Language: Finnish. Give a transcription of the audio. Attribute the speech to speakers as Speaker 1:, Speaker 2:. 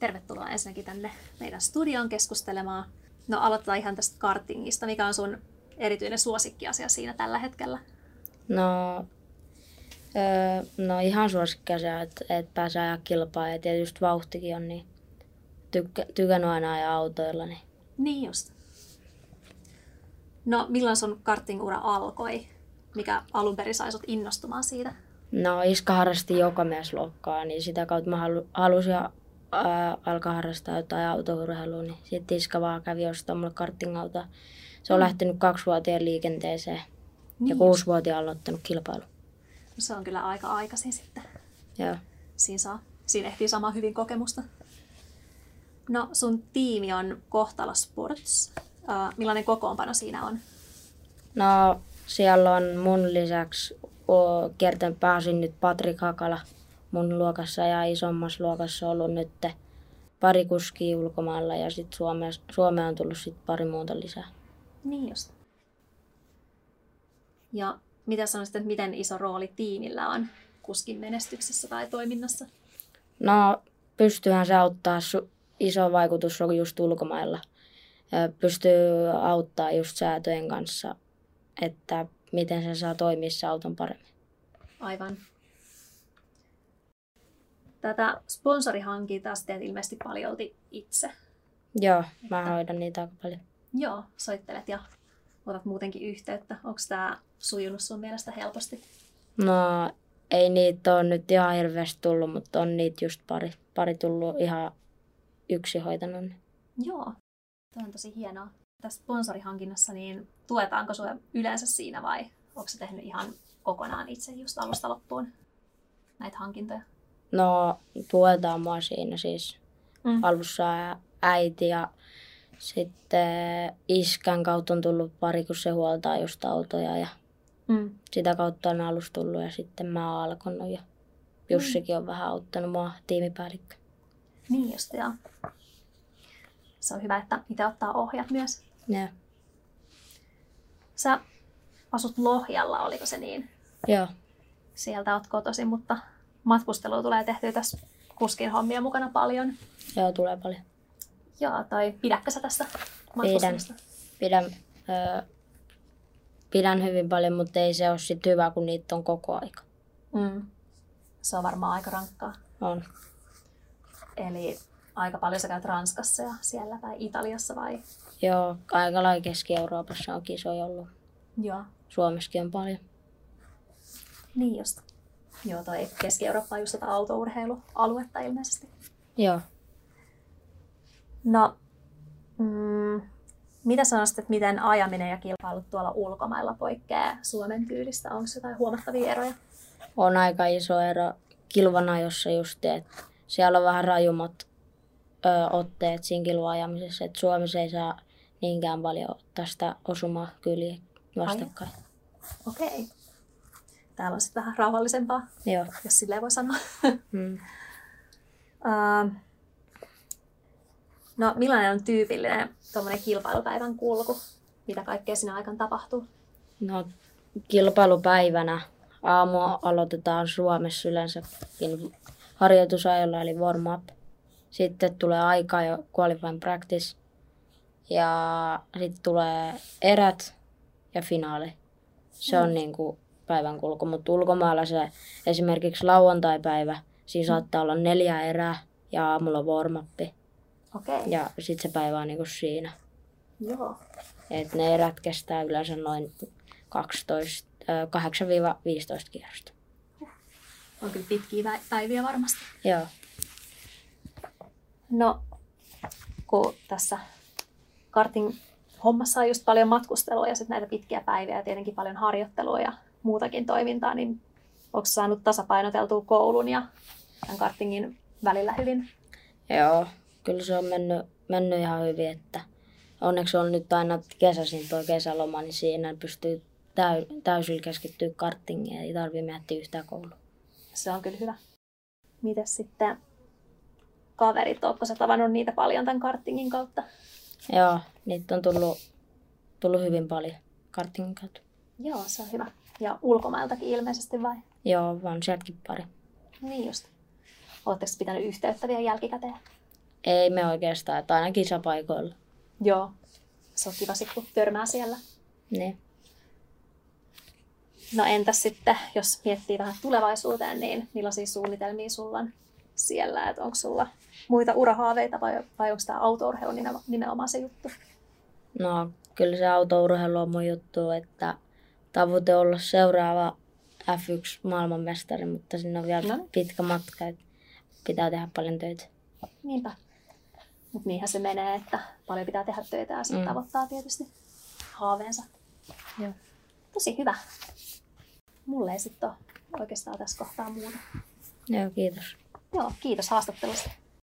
Speaker 1: tervetuloa ensinnäkin tänne meidän studioon keskustelemaan. No aloitetaan ihan tästä kartingista. Mikä on sun erityinen suosikkiasia siinä tällä hetkellä?
Speaker 2: No, öö, no ihan suosikkiasia, että et pääsee ajaa kilpaa ja tietysti vauhtikin on, niin tykkä, tykännyt aina ajaa autoilla. Niin.
Speaker 1: Niin just. No milloin sun kartingura alkoi? Mikä alun perin sai sut innostumaan siitä?
Speaker 2: No iska harrasti joka miesluokkaa, niin sitä kautta mä halu, halusin ää, alkaa harrastaa jotain autourheilua, niin sitten iska vaan kävi ostamaan mulle kartingauta. Se on mm. lähtenyt kaksivuotiaan liikenteeseen niin. ja
Speaker 1: Niin.
Speaker 2: kuusivuotiaan aloittanut kilpailu.
Speaker 1: No Se on kyllä aika aikaisin sitten.
Speaker 2: Joo.
Speaker 1: Siinä, saa, siinä ehtii saamaan hyvin kokemusta. No sun tiimi on Kohtalo Sports. Äh, millainen kokoonpano siinä on?
Speaker 2: No, siellä on mun lisäksi o, kiertänyt pääosin nyt Patrik Hakala mun luokassa ja isommassa luokassa on ollut nyt pari kuskia ulkomailla ja sitten Suomeen, Suomeen on tullut sit pari muuta lisää.
Speaker 1: Niin just. Ja mitä sanoisit, että miten iso rooli tiimillä on kuskin menestyksessä tai toiminnassa?
Speaker 2: No, pystyyhän se auttaa, su- iso vaikutus on just ulkomailla. Ö, Pystyy auttaa just säätöjen kanssa, että miten se saa toimia se auton paremmin.
Speaker 1: Aivan. Tätä sponsorihankintaa sä teet ilmeisesti paljolti itse.
Speaker 2: Joo, mä hoidan niitä aika paljon.
Speaker 1: Joo, soittelet ja otat muutenkin yhteyttä. Onko tämä sujunut sun mielestä helposti?
Speaker 2: No, ei niitä ole nyt ihan hirveästi tullut, mutta on niitä just pari, pari tullut ihan yksi hoitanut.
Speaker 1: Joo, tämä on tosi hienoa. Tässä sponsorihankinnassa, niin tuetaanko sinua yleensä siinä vai onko se tehnyt ihan kokonaan itse just alusta loppuun näitä hankintoja?
Speaker 2: No, tuetaan mua siinä siis
Speaker 1: Mm.
Speaker 2: alussa äiti ja sitten iskän kautta on tullut pari, kun se huoltaa just autoja ja
Speaker 1: Mm.
Speaker 2: sitä kautta on alus tullut ja sitten mä oon alkanut ja Jussikin on vähän auttanut mua tiimipäällikkö.
Speaker 1: Niin just, joo. Se on hyvä, että itse ottaa ohjat myös.
Speaker 2: Joo.
Speaker 1: Sä asut Lohjalla, oliko se niin?
Speaker 2: Joo.
Speaker 1: Sieltä oot kotosi, mutta matkustelua tulee tehtyä tässä kuskin hommia mukana paljon.
Speaker 2: Joo, tulee paljon.
Speaker 1: Joo, tai pidätkö sä tästä matkustamista?
Speaker 2: Pidän, öö, pidän hyvin paljon, mutta ei se ole sit hyvä, kun niitä on koko aika.
Speaker 1: Mm. Se on varmaan aika rankkaa.
Speaker 2: On.
Speaker 1: Eli aika paljon sä käyt Ranskassa ja siellä tai Italiassa vai?
Speaker 2: Joo, aika lailla Keski-Euroopassa on kisoja ollut.
Speaker 1: Joo.
Speaker 2: Suomessakin on paljon.
Speaker 1: Niin just. Joo, toi Keski-Eurooppa on just tätä autourheilualuetta ilmeisesti.
Speaker 2: Joo.
Speaker 1: No, mm, mitä sanoisit, että miten ajaminen ja kilpailut tuolla ulkomailla poikkeaa Suomen tyylistä? Onko jotain huomattavia eroja?
Speaker 2: on aika iso ero kilvana, jossa just, että siellä on vähän rajummat ö, otteet siinä kilvaajamisessa, että Suomessa ei saa niinkään paljon tästä osumaa kyliä vastakkain.
Speaker 1: Okei. Okay. Täällä on sitten vähän rauhallisempaa,
Speaker 2: Joo.
Speaker 1: jos silleen voi sanoa.
Speaker 2: Mm.
Speaker 1: Ähm, no, millainen on tyypillinen tuommoinen kilpailupäivän kulku? Mitä kaikkea sinä aikana tapahtuu?
Speaker 2: No, kilpailupäivänä aamu aloitetaan Suomessa yleensäkin harjoitusajolla, eli warm up. Sitten tulee aika jo qualifying practice. Ja sitten tulee erät ja finaali. Se on niin kuin päivän kulku, mutta ulkomailla se esimerkiksi lauantai-päivä, siinä saattaa olla neljä erää ja aamulla warm up.
Speaker 1: Okei, okay.
Speaker 2: Ja sitten se päivä on niin kuin siinä.
Speaker 1: joo.
Speaker 2: Et ne erät kestää yleensä noin 12, ö, 8-15 kierrosta.
Speaker 1: On kyllä pitkiä vä- päiviä varmasti.
Speaker 2: Joo.
Speaker 1: No, kun tässä kartin hommassa on just paljon matkustelua ja sitten näitä pitkiä päiviä ja tietenkin paljon harjoittelua ja muutakin toimintaa, niin onko saanut tasapainoteltua koulun ja tämän kartingin välillä hyvin?
Speaker 2: Joo, kyllä se on mennyt, mennyt ihan hyvin, että onneksi on nyt aina kesäisin tuo kesäloma, niin siinä pystyy täy, täysillä keskittyä karttingiin, ei tarvitse miettiä yhtään koulua.
Speaker 1: Se on kyllä hyvä. Mitäs sitten kaverit, ootko sä tavannut niitä paljon tämän kartingin kautta?
Speaker 2: Joo, niitä on tullut, tullut hyvin paljon karttingin kautta.
Speaker 1: Joo, se on hyvä. Ja ulkomailtakin ilmeisesti vai?
Speaker 2: Joo, vaan sieltäkin pari.
Speaker 1: Niin just. Oletteko pitänyt yhteyttä vielä jälkikäteen?
Speaker 2: Ei me oikeastaan, että aina kisapaikoilla.
Speaker 1: Joo. Se on kiva sitten, kun törmää siellä.
Speaker 2: Niin.
Speaker 1: No entäs sitten, jos miettii vähän tulevaisuuteen, niin millaisia suunnitelmia sulla on siellä? Että onko sulla muita urahaaveita vai, vai onko tämä autourheilu nimeno- nimenomaan se juttu?
Speaker 2: No, kyllä se autourheilu on mun juttu, että tavoite olla seuraava F1 maailmanmestari, mutta sinne on vielä
Speaker 1: No.
Speaker 2: no. pitkä matka, että pitää tehdä paljon töitä.
Speaker 1: Niinpä. Mutta niinhän se menee, että paljon pitää tehdä töitä ja sitten
Speaker 2: Mm.
Speaker 1: tavoittaa tietysti haaveensa.
Speaker 2: Joo.
Speaker 1: Tosi hyvä. Mulle ei sitten ole oikeastaan tässä kohtaa muuta.
Speaker 2: Joo, kiitos.
Speaker 1: Joo, kiitos haastattelusta.